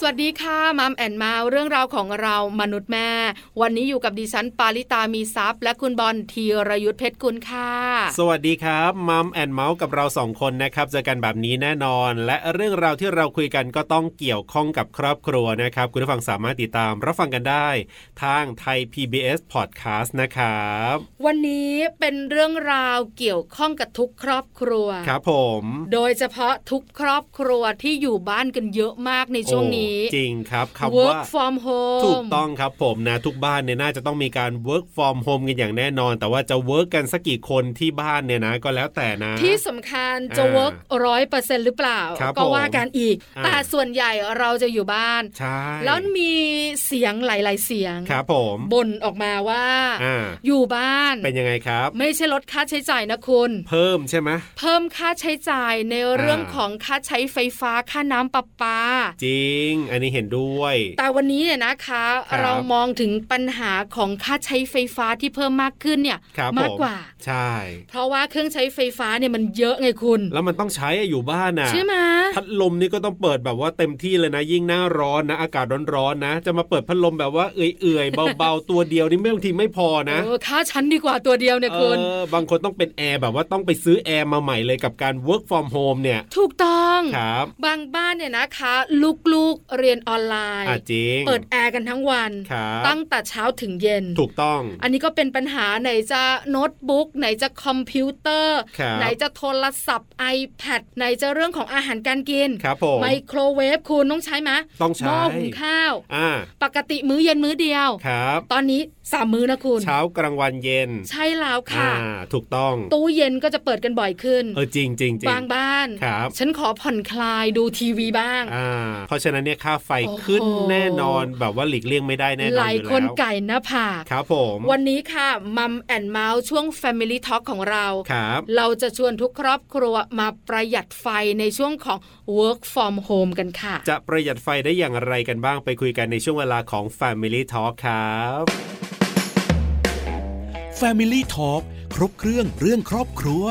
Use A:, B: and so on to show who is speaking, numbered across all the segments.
A: สวัสดีค่ะมัมแอนเมาส์เรื่องราวของเรามนุษย์แม่ วันนี้อยู่กับดิฉันปาริตามีซัพย์ และคุณบอลธีรยุทธเพชรกุลค่ะ
B: สวัสดีครับมัมแอนเมาส์กับเราสองคนนะครับเจอกันแบบนี้แน่นอน และเรื่องราวที่เราคุยกันก็ต้องเกี่ยวข้องกับครอบครัวนะครับ คุณผู้ฟังสามารถติดตามรับฟังกันได้ ทางไทย PBS Podcast นะครับ
A: วันนี้เป็นเรื่องราวเกี่ยวข้องกับทุกครอบครัว
B: ครับผม
A: โดยเฉพาะทุกครอบครัวที่อยู่บ้านกันเยอะมากในช่วงนี้
B: โอ้จริงครับคำว่า
A: work from home
B: ถูกต้องครับผมนะ ทุกบ้านเนี่ยน่าจะต้องมีการ work from home กันอย่างแน่นอน แต่ว่าจะ work กันสักกี่คนที่บ้านเนี่ยนะ ก็แล้วแต่นะ
A: ที่สำคัญจะ
B: อ่า
A: work ร้อยเปอร์เซ็นหรือเปล่า
B: ครับ
A: ก็
B: ผม
A: ว่ากันอีก
B: อ่า
A: แต่ส่วนใหญ่เราจะอยู่บ้าน
B: ใช่
A: แล้วมีเสียงหลาย ๆ เสียง
B: ครับผม
A: บ่นออกมาว่า
B: อ่า
A: อยู่บ้าน
B: เป็นยังไงครับ
A: ไม่ใช่ลดค่าใช้จ่ายนะคุณ
B: เพิ่มใช่ไหม
A: เพิ่มค่าใช้จ่ายในเรื่อง
B: อ่า
A: ของค่าใช้ไฟฟ้าค่าน้ำประปา
B: จริง อันนี้เห็นด้วย
A: แต่วันนี้เนี่ยนะคะ
B: ครับ
A: เรามองถึงปัญหาของค่าใช้ไฟฟ้าที่เพิ่มมากขึ้นเนี่ย
B: ครับ
A: มาก
B: ผ
A: กว่า
B: ใช่
A: เพราะว่าเครื่องใช้ไฟฟ้าเนี่ยมันเยอะไงคุณ
B: แล้วมันต้องใช้อะอยู่บ้านน่ะ
A: ใช่ไหม
B: พัดลมนี่ก็ต้องเปิดแบบว่าเต็มที่เลยนะ ยิ่งหน้าร้อนนะ อากาศร้อนๆนะ จะมาเปิดพัดลมแบบว่าเอื่อยๆ เบาๆ ตัวเดียวนี่ไม่บางทีไม่พอนะ
A: เออค่าชั้นดีกว่าตัวเดียวเนี่ย
B: เอ
A: คุณ
B: อบางคนต้องเป็นแอร์แบบว่าต้องไปซื้อแอร์มาใหม่เลยกับการ work from home เนี่ย
A: ถูกต้อง
B: ครับ
A: บางบ้านเนี่ยนะคะ ลูกๆเรียนออนไลน์
B: อ่ะจริง
A: เปิดแอร์กันทั้งวัน
B: ครับ
A: ตั้งแต่เช้าถึงเย็น
B: ถูกต้อง
A: อันนี้ก็เป็นปัญหาไหนจะโน้ตบุ๊กไหนจะคอมพิวเตอร์
B: ครับ
A: ไหนจะโทรศัพท์ iPad ไหนจะเรื่องของอาหารการกิน
B: ครับผม
A: ไมโครเวฟคุณต้องใช้ไหม
B: ต้องใช้
A: หม้อหุงข้าว
B: อ่า
A: ปกติมื้อเย็นมื้อเดียว
B: ครับ
A: ตอนนี้สามมื้อนะคุณ
B: เช้ากลางวันเย็น
A: ใช่แล้ว
B: อ่า
A: ค่ะ
B: ถูกต้อง
A: ตู้เย็นก็จะเปิดกันบ่อยขึ้น
B: เออจริงจริงจริง
A: บางบ้าน
B: ครับ
A: ฉันขอผ่อนคลายดูทีวีบ้าง
B: อ่าเพราะฉะนั้นเนี่ยค่าไฟ
A: โอ้โห
B: ขึ้นแน่นอนแบบว่าหลีกเลี่ยงไม่ได้แน่นอน
A: หลาย
B: อ
A: คน
B: แล้ว
A: ไก่หน้าผาก
B: ครับผม
A: วันนี้ค่ะมัมแอนเมาส์ช่วง Family Talk ของเรา
B: ครับ
A: เราจะชวนทุกครอบครัวมาประหยัดไฟในช่วงของ work from home กันค่ะ
B: จะประหยัดไฟได้อย่างไรกันบ้างไปคุยกันในช่วงเวลาของ Family Talk ครับ
C: Family Talk ครบเครื่องเรื่องครอบครัว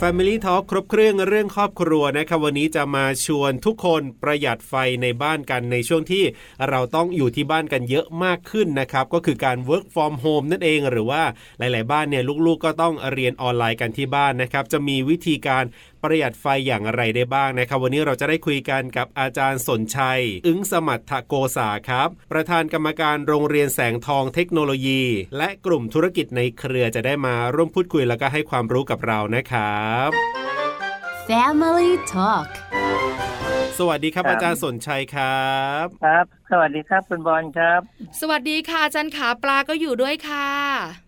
B: Family Talk ครบเครื่องเรื่องครอบครัวนะครับวันนี้จะมาชวนทุกคนประหยัดไฟในบ้านกันในช่วงที่เราต้องอยู่ที่บ้านกันเยอะมากขึ้นนะครับก็คือการ work from home นั่นเองหรือว่าหลาย ๆ บ้านเนี่ยลูก ๆ ก็ต้องเรียนออนไลน์กันที่บ้านนะครับจะมีวิธีการ ประหยัดไฟอย่างไรได้บ้างนะครับ วันนี้เราจะได้คุยกันกับอาจารย์สนชัย อึ้งสมัตถโกษาครับ ประธานกรรมการโรงเรียนแสงทองเทคโนโลยี และกลุ่มธุรกิจในเครือจะได้มาร่วมพูดคุยแล้วก็ให้ความรู้กับเรานะครับ
D: Family Talk
B: สวัสดีครับ
E: ครับ
B: อาจารย์สนชัยครับ
E: ครับ สวัสดีครับคุณบอลครับ
A: สวัสดีค่ะอาจันขาปลาก็อยู่ด้วยค่ะ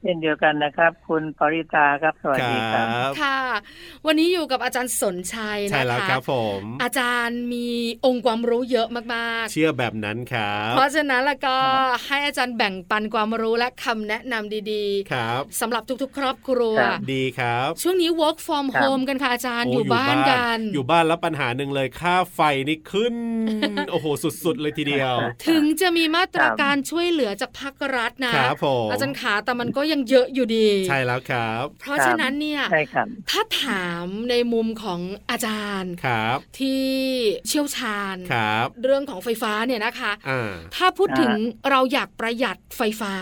E: เช่นเดียวกันนะครับ คุณปริตาครับ สวัสดีครับ
A: ค่ะ วันนี้อยู่กับอาจารย์สนชัย
B: ใช่
A: นะ
B: แล้ว
A: คะ
B: ครับผม
A: อาจารย์มีองค์ความรู้เยอะมาก ๆ
B: เชื่อแบบนั้นครับ
A: เพราะฉะนั้นแล้วก็ให้อาจารย์แบ่งปันความรู้และคำแนะนำดี
B: ครับ
A: ๆสำหรับทุกๆ ครอบครัว
E: ครับ
B: ดีครับ
A: ช่วงนี้ work from
E: ครับ
A: home กันค่ะอาจารย์
B: โ
A: อยู่บ้านกัน
B: อยู่บ้านแล้วปัญหาหนึ่งเลยค่าไฟนี่ขึ้น โอ้โหสุดๆเลยทีเดียว
A: ถึงจะมีมาตรการช่วยเหลือจากภาครัฐนะครับ
B: ผม
A: อาจารย์ขาแต่มันก็ยังเยอะอยู่ดี
B: ใช่แล้วครับ
A: เพราะฉะนั้นเนี่ย
E: ใช่ครับ
A: ถ้าถามในมุมของอาจารย์
B: ครับ
A: ที่เชี่ยวชาญ
B: ครับ
A: เรื่องของไฟฟ้าเนี่ยนะคะ
B: อ่า
A: ถ้าพูดถึง
E: อ่
A: เราอยากประหยัดไฟฟ้า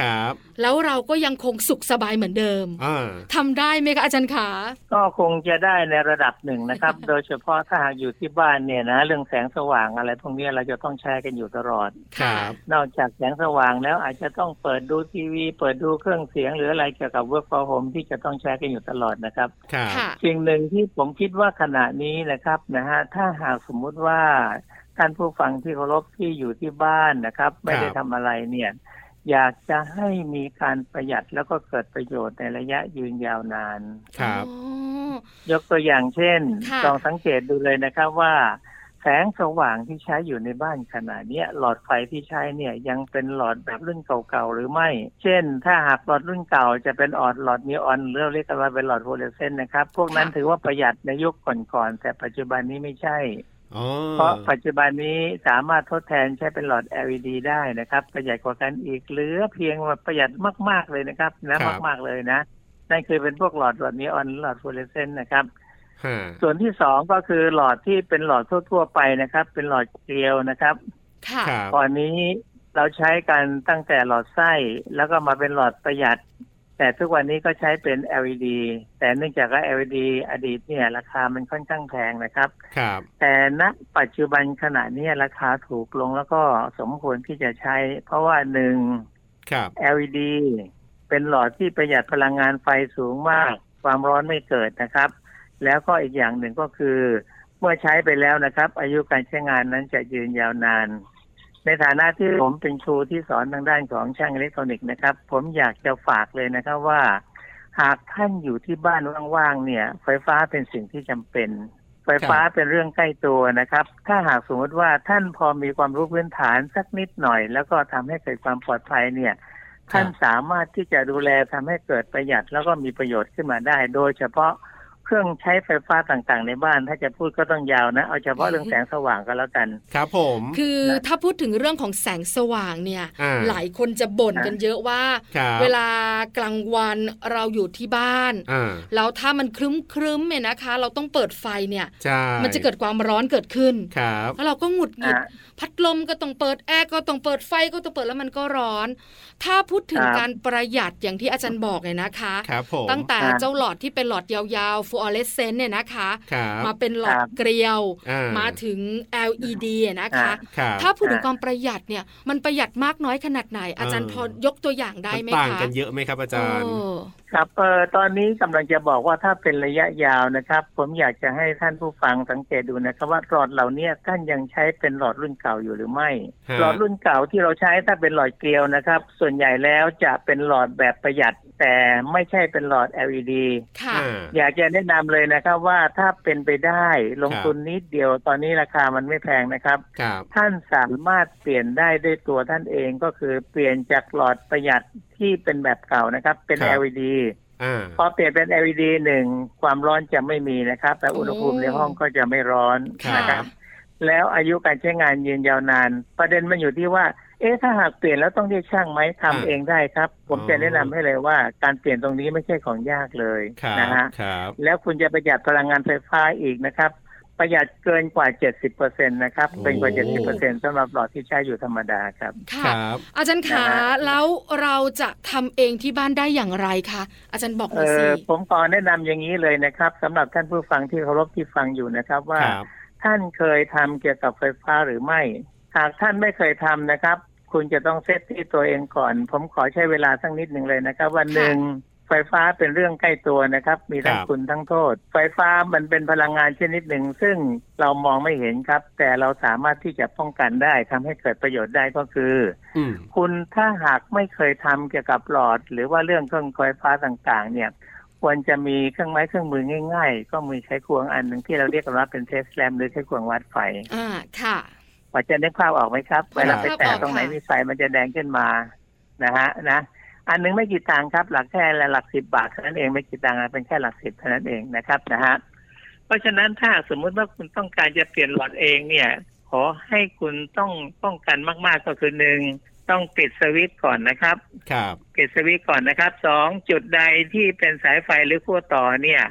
B: ครับ
A: แล้วเราก็ยังคงสุขสบายเหมือนเดิม
B: อ่า
A: ทำได้ไหมคะอาจารย์ขา
E: ก็คงจะได้ในระดับหนึ่ง นะครับ โดยเฉพาะถ้าหากอยู่ที่บ้านเนี่ยนะ เรื่องแสงสว่างอะไรพวกเนี้ยเราจะต้องใช้กันอยู่ตลอด
B: ครับ
E: นอกจากแสงสว่างแล้วอาจจะต้องเปิดดูทีวี เปิดดูเครื่องเสียง หรืออะไรเกี่ยวกับ work from home ที่จะต้องใช้กันอยู่ตลอดนะครับ
B: ครับ
A: ค่ะ
E: สิ่งหนึ่งที่ผมคิดว่าขณะนี้นะครับนะฮะถ้าหากสมมุติว่าท่านผู้ฟังที่เคารพที่อยู่ที่บ้านนะครับ ไม่ได้ทำอะไรเนี่ย อยากจะให้มีการประหยัดแล้วก็เกิดประโยชน์ในระยะยืนยาวนาน
B: ครับ
A: อ๋อ
E: ยกตัวอย่างเช่น
A: ค่ะ
E: ลองสังเกตดูเลยนะครับว่า แสงสว่างที่ใช้อยู่ในบ้านขณะเนี้ยหลอดไฟที่ใช้เนี่ยยังเป็นหลอดแบบรุ่นเก่าๆหรือไม่ เช่น ถ้าหากหลอดรุ่นเก่าจะเป็นออดหลอดนีออนหรือเราเรียกกันว่าเป็นหลอดฟลูออเรสเซนต์นะครับ พวกนั้นถือว่าประหยัดในยุคก่อนๆแต่ปัจจุบันนี้ไม่ใช่
B: อ๋อ
E: เพราะปัจจุบันนี้สามารถทดแทนใช้เป็นหลอด LED ได้นะครับ ประหยัดกว่ากันอีกเหลือเพียงว่าประหยัดมาก ๆ เลยนะครับนะมาก ๆ เลยนะนั่นคือเป็นพวกหลอดหลอดนีออนหลอดฟลูออเรสเซนต์นะครับ
B: ฮะ
E: ส่วนที่สองก็คือหลอดที่เป็นหลอดทั่ว ๆ ไปนะครับ เป็นหลอดเกลียวนะครับ
A: ค่ะ
B: ครับ
E: ตอนนี้เราใช้กันตั้งแต่หลอดไส้แล้วก็มาเป็นหลอดประหยัด แต่ทุกวันนี้ก็ใช้เป็น LED แต่เนื่องจากว่า LED อดีตเนี่ยราคามันค่อนข้างแพงนะครับ
B: ครับ
E: แต่ณปัจจุบันขณะเนี้ยราคาถูกลงแล้วก็สมควรที่จะใช้ เพราะว่าหนึ่ง
B: ครับ
E: LED เป็นหลอดที่ประหยัดพลังงานไฟสูงมาก ความร้อนไม่เกิดนะครับ แล้วก็อีกอย่างหนึ่งก็คือ เมื่อใช้ไปแล้วนะครับ อายุการใช้งานนั้นจะยืนยาวนาน ในฐานะที่ผมเป็นครูที่สอนทางด้านของช่างอิเล็กทรอนิกส์นะครับ ผมอยากจะฝากเลยนะครับว่า หากท่านอยู่ที่บ้านว่างๆเนี่ย ไฟฟ้าเป็นสิ่งที่จำเป็น ไฟฟ้าเป็นเรื่องใกล้ตัวนะครับ ถ้าหากสมมติว่าท่านพอมีความรู้พื้นฐานสักนิดหน่อย แล้วก็ทำให้เกิดความปลอดภัยเนี่ย
B: ครับ
E: ท่านสามารถที่จะดูแลทำให้เกิดประหยัดแล้วก็มีประโยชน์ขึ้นมาได้ โดยเฉพาะเครื่องใช้ไฟฟ้าต่างๆ ในบ้าน ถ้าจะพูดก็ต้องยาวนะ เอาเฉพาะเรื่องแสงสว่างก็แล้วกัน
B: ครับผม
A: คือถ้าพูดถึงเรื่องของแสงสว่างเนี่ย
B: อ่า
A: หลายคนจะบ่นกันเยอะว่า
B: ครับ
A: เวลากลางวันเราอยู่ที่บ้าน
B: อ่า
A: แล้วถ้ามันครึ้มครึ้มๆเนี่ยนะคะ เราต้องเปิดไฟเนี่ย
B: ใช่
A: มันจะเกิดความร้อนเกิดขึ้น
B: ครับ
A: แล้วเราก็หงุดหงิด
E: อ่ะ
A: พัดลมก็ต้องเปิดแอร์ก็ต้องเปิดไฟก็ต้องเปิดแล้วมันก็ร้อน ถ้าพูดถึง
E: ครับ
A: การประหยัดอย่างที่อาจารย์บอกเนี่ยนะคะ
B: ครับผม
A: ตั้งแต่
E: อ่ะ
A: เจ้าหลอดที่เป็นหลอดยาวๆฟลูออเรสเซนต์เนี่ยนะคะ
B: ครับ
A: มาเป็นหลอด
E: ครับ
A: เกลียว
B: อ่าม
A: มาถึง LED อะนะคะ
E: อ่า
B: ครับ
A: ถ้าพูดถึง
E: อ่า
A: ความประหยัดเนี่ย มันประหยัดมากน้อยขนาดไหน อาจารย์พ
B: เออ
A: อยกตัวอย่างได้
B: มัน
A: ไหม
B: ต่าง
A: คะ
B: กันเยอะไหมครับอาจารย์
A: เออ
E: ครับเออตอนนี้กำลังจะบอกว่าถ้าเป็นระยะยาวนะครับ ผมอยากจะให้ท่านผู้ฟังสังเกตดูนะครับว่าหลอดเหล่านี้ท่านยังใช้เป็นหลอดรุ่นเก่าอยู่หรือไม่
B: ฮะ
E: หลอดรุ่นเก่าที่เราใช้ถ้าเป็นหลอดเกลียวนะครับ ส่วนใหญ่แล้วจะเป็นหลอดแบบประหยัด แต่ไม่ใช่เป็นหลอด LED
A: ค่ะ
B: อ่า
E: อยากจะแนะนำเลยนะครับว่าถ้าเป็นไปได้ลง
B: ครับ
E: ทุนนิดเดียวตอนนี้ราคามันไม่แพงนะครับ
B: ครับ
E: ท่านสามารถเปลี่ยนได้ด้วยตัวท่านเองก็คือเปลี่ยนจากหลอดประหยัดที่เป็นแบบเก่านะครับ เป็น LED
B: อ่า
E: พอเปลี่ยนเป็น LED หนึ่งความร้อนจะไม่มีนะครับ แต่อุณหภูมิในห้องก็จะไม่ร้อน
A: ค่ะ
E: นะครับ แล้วอายุการใช้งานยืนยาวนาน ประเด็นมันอยู่ที่ว่า เอ๊ะถ้าหากเปลี่ยนแล้วต้องเรียกช่างไหมทำเองได้ครับ ผมจะแนะนำให้เลยว่าการเปลี่ยนตรงนี้ไม่ใช่ของยากเลย
B: ครับ
E: นะฮะ
B: ครับ
E: แล้วคุณจะประหยัดพลังงานไฟฟ้าอีกนะครับ ประหยัดเกินกว่า 70%นะครับ เป็นกว่า 70%สำหรับหลอดที่ใช้อยู่ธรรมดาครับ
B: ค
A: ค่ะ
B: รับ
A: อาจารย์ขา
E: นะฮะ
A: แล้วเราจะทำเองที่บ้านได้อย่างไรคะอาจารย์บอกห
E: เอ
A: น่อยสิ
E: อผมขอแนะนำอย่างนี้เลยนะครับสำหรับท่านผู้ฟังที่เคารพที่ฟังอยู่นะครับ ว่า
B: ครับ
E: ท่านเคยทำเกี่ยวกับไฟฟ้าหรือไม่ หากท่านไม่เคยทำนะครับ คุณจะต้องเซตที่ตัวเองก่อน ผมขอใช้เวลาสักนิดหนึ่งเลยนะครับวันหนึ่งไฟฟ้าเป็นเรื่องใกล้ตัวนะครับ มีทั้ง
B: ครับ
E: คุณทั้งโทษ ไฟฟ้ามันเป็นพลังงานชนิดหนึ่ง ซึ่งเรามองไม่เห็นครับ แต่เราสามารถที่จะป้องกันได้ทำให้เกิดประโยชน์ได้ก็คือ
B: อืม
E: คุณถ้าหากไม่เคยทำเกี่ยวกับหลอด หรือว่าเรื่องเครื่องไฟฟ้าต่างๆ เนี่ย ควรจะมีเครื่องไม้เครื่องมือง่ายๆ ก็มือใช้ควงอันหนึ่งที่เราเรียกกันว่าเป็นเทสแลมหรือใช้ควงวัดไฟ
A: อ่าค่ะ
E: พอจะนึกภาพออกไหมครับ เวลาไปแตะตรงไหนมีไฟมันจะแดงขึ้นมานะฮะนะอันหนึงไม่กี่ตังค์ครับ หลักแค่หลักสิบบาทเท่านั้นเองไม่กี่ตังค์นะเป็นแค่หลักสิบเท่านั้นเองนะครับนะฮะเพราะฉะนั้นถ้าสมมุติว่าคุณต้องการจะเปลี่ยนหลอดเองเนี่ย ขอให้คุณต้องป้องกันมาก ๆ ก็คือหนึ่งต้องปิดสวิตช์ก่อนนะครับ
B: ครับ
E: ปิดสวิตช์ก่อนนะครับสองจุดใดที่เป็นสายไฟหรือขั้วต่อเนี่ย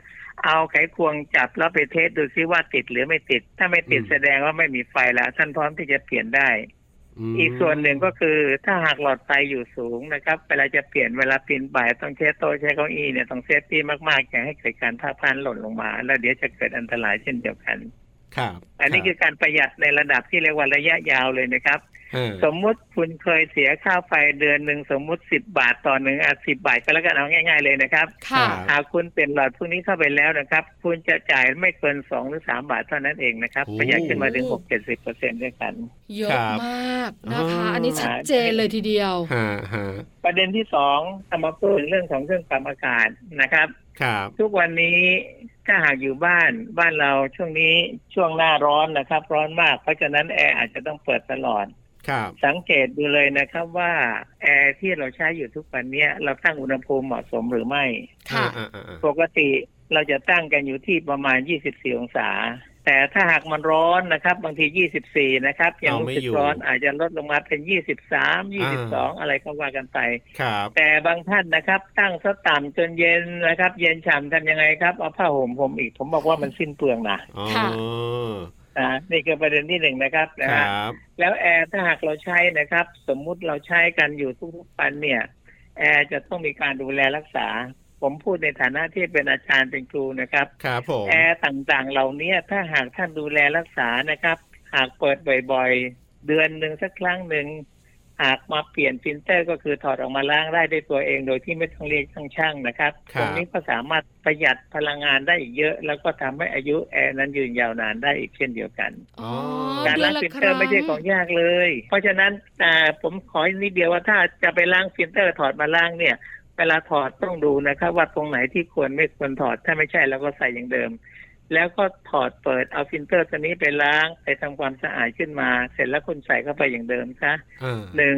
E: เอาไขควงจับแล้วไปเทสดูซิว่าติดหรือไม่ติด ถ้าไม่ติดแสดงว่าไม่มีไฟแล้วท่านพร้อมที่จะเปลี่ยนได้
B: ม
E: อีกส่วนหนึ่งก็คือถ้าหากหลอดไฟอยู่สูงนะครับ เวลาจะเปลี่ยนเวลาปีนป่ายต้องเช็ดโต๊ะใช้เก้าอี้เนี่ยต้องเซฟตี้มากๆอย่าให้เกิดการพลาดพลันหล่นลงมา แล้วเดี๋ยวจะเกิดอันตรายเช่นเดียวกัน
B: ครับ
E: อันนี้คือการประหยัดในระดับที่เรียกว่าระยะยาวเลยนะครับ
B: อา
E: สมมุติคุณเคยเสียค่าไฟเดือนหนึ่งสมมุติสิบบาทต่อหนึ่งอ่ะสิบบาทก็แล้วกันเอาง่าย ๆเลยนะครับ
A: ค่ะ
E: หากคุณเปลี่ยนหลอดพวกนี้เข้าไปแล้วนะครับ คุณจะจ่ายไม่เกินสองหรือสามบาทเท่านั้นเองนะครับประหยัดขึ้นมาถึงหกเจ็ดสิบเปอร์เซ็นต์ด้วยกัน
A: เยอะมากนะคะ อันนี้ชัดเจนเลยทีเดียว
B: ฮะฮะ
E: ประเด็นที่สองเอามาพูดถึงเรื่องของเครื่องปรับอากาศนะครับ
B: ครับ
E: ทุกวันนี้ถ้าหากอยู่บ้านบ้านเราช่วงนี้ช่วงหน้าร้อนนะครับ ร้อนมาก เพราะฉะนั้นแอร์อาจจะต้องเปิดตลอด
B: ครับ
E: สังเกตดูเลยนะครับว่าแอร์ที่เราใช้อยู่ทุกวันเนี้ยเราตั้งอุณหภูมิเหมาะสมหรือไม่
A: ค่ะ
B: อ่าอ่าอ่า
E: ปกติเราจะตั้งกันอยู่ที่ประมาณ 24 องศา แต่ถ้าหากมันร้อนนะครับ บางที 24 นะครับ ยัง
B: เอา
E: รู้
B: ไม่
E: สึก
B: อยู่
E: ร้อนอาจจะลดลงมาเป็น 23
B: อ่า
E: 22 อะไรก็ว่ากันไป
B: ครับ
E: แต่บางท่านนะครับ ตั้งซะต่ำจนเย็นนะครับ เย็นฉ่ำทำยังไงครับเอาผ้าห่มผมอีกผมบอกว่ามันสิ้นเปลืองนะ
B: อ๋อ
A: ค่ะ
E: นะนี่คือประเด็นที่หนึ่งนะครับนะ
B: ค
E: ฮะ
B: รับ
E: แล้วแอร์ถ้าหากเราใช้นะครับ สมมุติเราใช้กันอยู่ทุกๆปันเนี่ย แอร์จะต้องมีการดูแลรักษา ผมพูดในฐานะที่เป็นอาจารย์เป็นครูนะครับ
B: ครับผม
E: แอร์ต่างๆ เหล่านี้ถ้าหากท่านดูแลรักษานะครับ หากเปิดบ่อยๆ เดือนหนึ่งสักครั้งหนึ่งหากมาเปลี่ยนฟิลเตอร์ ก็คือถอดออกมาล้างได้ด้วยตัวเองโดยที่ไม่ต้องเรียกช่างๆนะครับ
B: ครับ
E: ตรงนี้ก็สามารถประหยัดพลังงานได้อีกเยอะ แล้วก็ทำให้อายุแอร์นั้นยืนยาวนานได้อีกเช่นเดียวกัน
A: อ๋อ
E: การ
A: เดือ
E: ล้าน ง
A: ละ
E: ฟิล
A: ค
E: เตอ
A: รั้
E: ร์
A: ง
E: ไม่ใช่ของยากเลย เพราะฉะนั้นอ่าผมขอนิดเดียวว่าถ้าจะไปล้างฟิลเตอร์ถอดมาล้างเนี่ย เวลาถอดต้องดูนะครับ ว่าตรงไหนที่ควรไม่ควรถอด ถ้าไม่ใช่เราก็ใส่อย่างเดิม แล้วก็ถอดเปิดเอาฟิลเตอร์ตัวนี้ไปล้างไปทำความสะอาดขึ้นมา เสร็จแล้วคุณใส่เข้าไปอย่างเดิมซะ
B: อ่า
E: หนึ่ง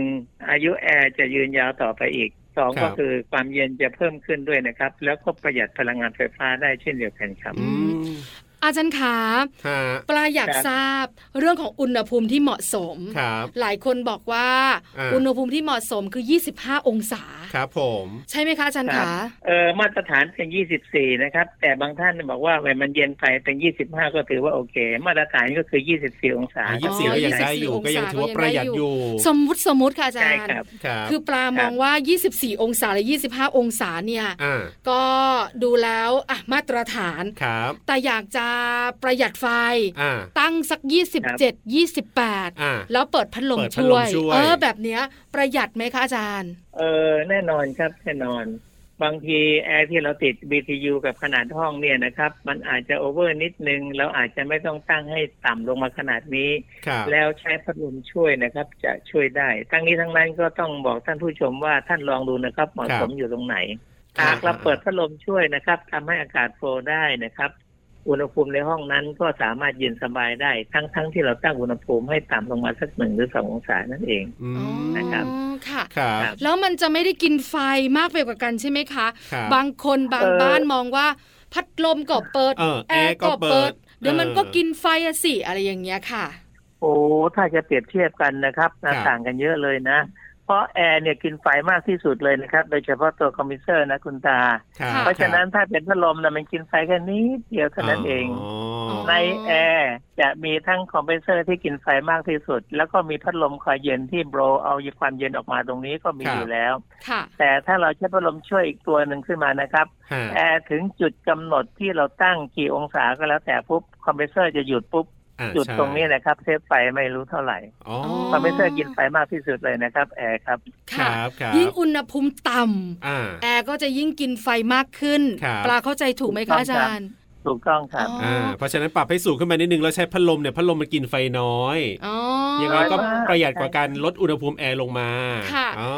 E: อายุแอร์จะยืนยาวต่อไปอีกสอง
B: ครั
E: ก็
B: บ
E: คือความเย็นจะเพิ่มขึ้นด้วยนะครับ แล้วก็ประหยัดพลังงานไฟฟ้าได้เช่นเดียวกันครับ
B: อืม
A: อาจารย์ขา
B: ฮะ
A: ปลาอยาก
E: ครับ
A: ทราบเรื่องของอุณหภูมิที่เหมาะสม
B: ครับ
A: หลายคนบอกว่า
B: อ่า
A: อุณหภูมิที่เหมาะสมคือ 25 องศา
B: ครับผม
A: ใช่ไหมคะอาจารย์
E: ครั
A: ขา
E: บ เออมาตรฐานเป็น 24 นะครับ แต่บางท่านเนี่ยบอกว่าแหมมันเย็นไปเป็น 25 ก็ถือว่าโอเค มาตรฐานก็คือ 24 องศา
B: อ่ะ
E: ค
B: ยี่
E: รับ
B: สิบสี่
A: อ๋อ
B: ก็ยัง
A: 24
B: ได้อยู่ ก็ยังถือว่า
A: องศา
B: ประหยัด
A: ก็ยังได้
B: อ
A: อยู่
B: ยู่
A: สมมุติสมมุติค่ะอาจา
E: ใช่
A: ร
E: ค
A: ย์
E: รับ
B: ครับ
A: คือปลามองว่า 24 องศาหรือ 25 องศาเนี่ย
B: อ่า
A: ก็ดูแล้วอ่ะมาตรฐาน
B: ครับ
A: แต่อยากจะประหยัดไฟ
B: อ่า
A: ตั้งสัก 27 28
B: อ่า
A: แล้วเปิดพัดลม
B: เปิดพัด
A: ช่
B: ล
A: ว
B: ม
A: ย
B: ช่วย
A: เออ แบบเนี้ยประหยัดไหมคะอาจารย์
E: เออแน่นอนครับแน่นอน บางทีแอร์ที่เราติด BTU กับขนาดห้องเนี่ยนะครับ มันอาจจะโอเวอร์นิดนึง เราอาจจะไม่ต้องตั้งให้ต่ำลงมาขนาดนี้
B: ครับ
E: แล้วใช้พัดลมช่วยนะครับ จะช่วยได้ ทั้งนี้ทั้งนั้นก็ต้องบอกท่านผู้ชมว่าท่านลองดูนะครับเหมาะสม
B: ครับ
E: อยู่ตรงไหน
B: ครับ
E: หากเราเปิดพัดลมช่วยนะครับทำให้อากาศโฟลว์ได้นะครับ อุณหภูมิในห้องนั้นก็สามารถเย็นสบายได้ ทั้งทั้งที่เราตั้งอุณหภูมิให้ต่ำลงมาสักหนึ่งหรือสององศานั่นเอง
B: ื
A: อ๋อ
B: ม
E: นะครับ
A: ค่ะ
B: ครับ
A: แล้วมันจะไม่ได้กินไฟมากไปกว่ากันใช่ไหมคะ
B: ครับ
A: บางคนบาง
E: เอ่อ
A: บ้านมองว่า พัดลมก็เปิด
B: เออแอร์ก็เปิด
A: เดี๋ยวมัน
B: เออ
A: ก็กินไฟอะสิ อะไรอย่างเงี้ยค่ะ
E: โอ้ถ้าจะเปรียบเทียบกันนะครับนะครับ ต่างกันเยอะเลยนะ เพราะแอร์เนี่ยกินไฟมากที่สุดเลยนะครับ โดยเฉพาะตัวคอมพิวเตอร์นะคุณตา
B: ครับ
A: ค่ะ
E: เพราะฉะนั้นถ้าเป็นพัดลมนะมันกินไฟแค่นี้เดียวเท่านั้นเอง
B: อ๋อ
E: ในแอร์จะมีทั้งคอมเพรสเซอร์ที่กินไฟมากที่สุด แล้วก็มีพัดลมคอยเย็นที่โบรเอาความเย็นออกมาตรงนี้ก็มี
B: ครับ
E: อยู่แล้ว
A: ค่ะ
E: แต่ถ้าเราใช้พัดลมช่วยอีกตัวหนึ่งขึ้นมานะครับ
B: ฮะ
E: แอร์ถึงจุดกำหนดที่เราตั้งกี่องศาก็แล้วแต่ปุ๊บคอมเพรสเซอร์จะหยุดปุ๊บ
B: อ่า
E: จุด
B: ใช่
E: ตรงนี้นะครับเซฟไฟไม่รู้เท่าไหร่
B: อ๋อ
E: คอมเพรสเซอร์กินไฟมากที่สุดเลยนะครับแอร์ครับ
B: ค
A: ค่ะ
B: รับครับ
A: ยิ่งอุณหภูมิต่ำ
B: อ่า
A: แอร์ก็จะยิ่งกินไฟมากขึ้น
B: ครับ
A: ปลาเข้าใจถูกไหม
E: ถูกต้
A: คะ
E: อง
A: อาจารย์
E: ถูกต้องครับ
A: อ๋ออ่
B: อ่า เพราะฉะนั้นปรับให้สูงขึ้นมานิดนึงแล้วใช้พัดลมเนี่ยพัดลมมันกินไฟน้อย
A: อ๋อ
B: ยังไงก็
E: น้อยมาก
B: ประหยัดกว่าการลดอุณหภูมิแอร์ลงมา
A: ค่ะ
B: อ๋อ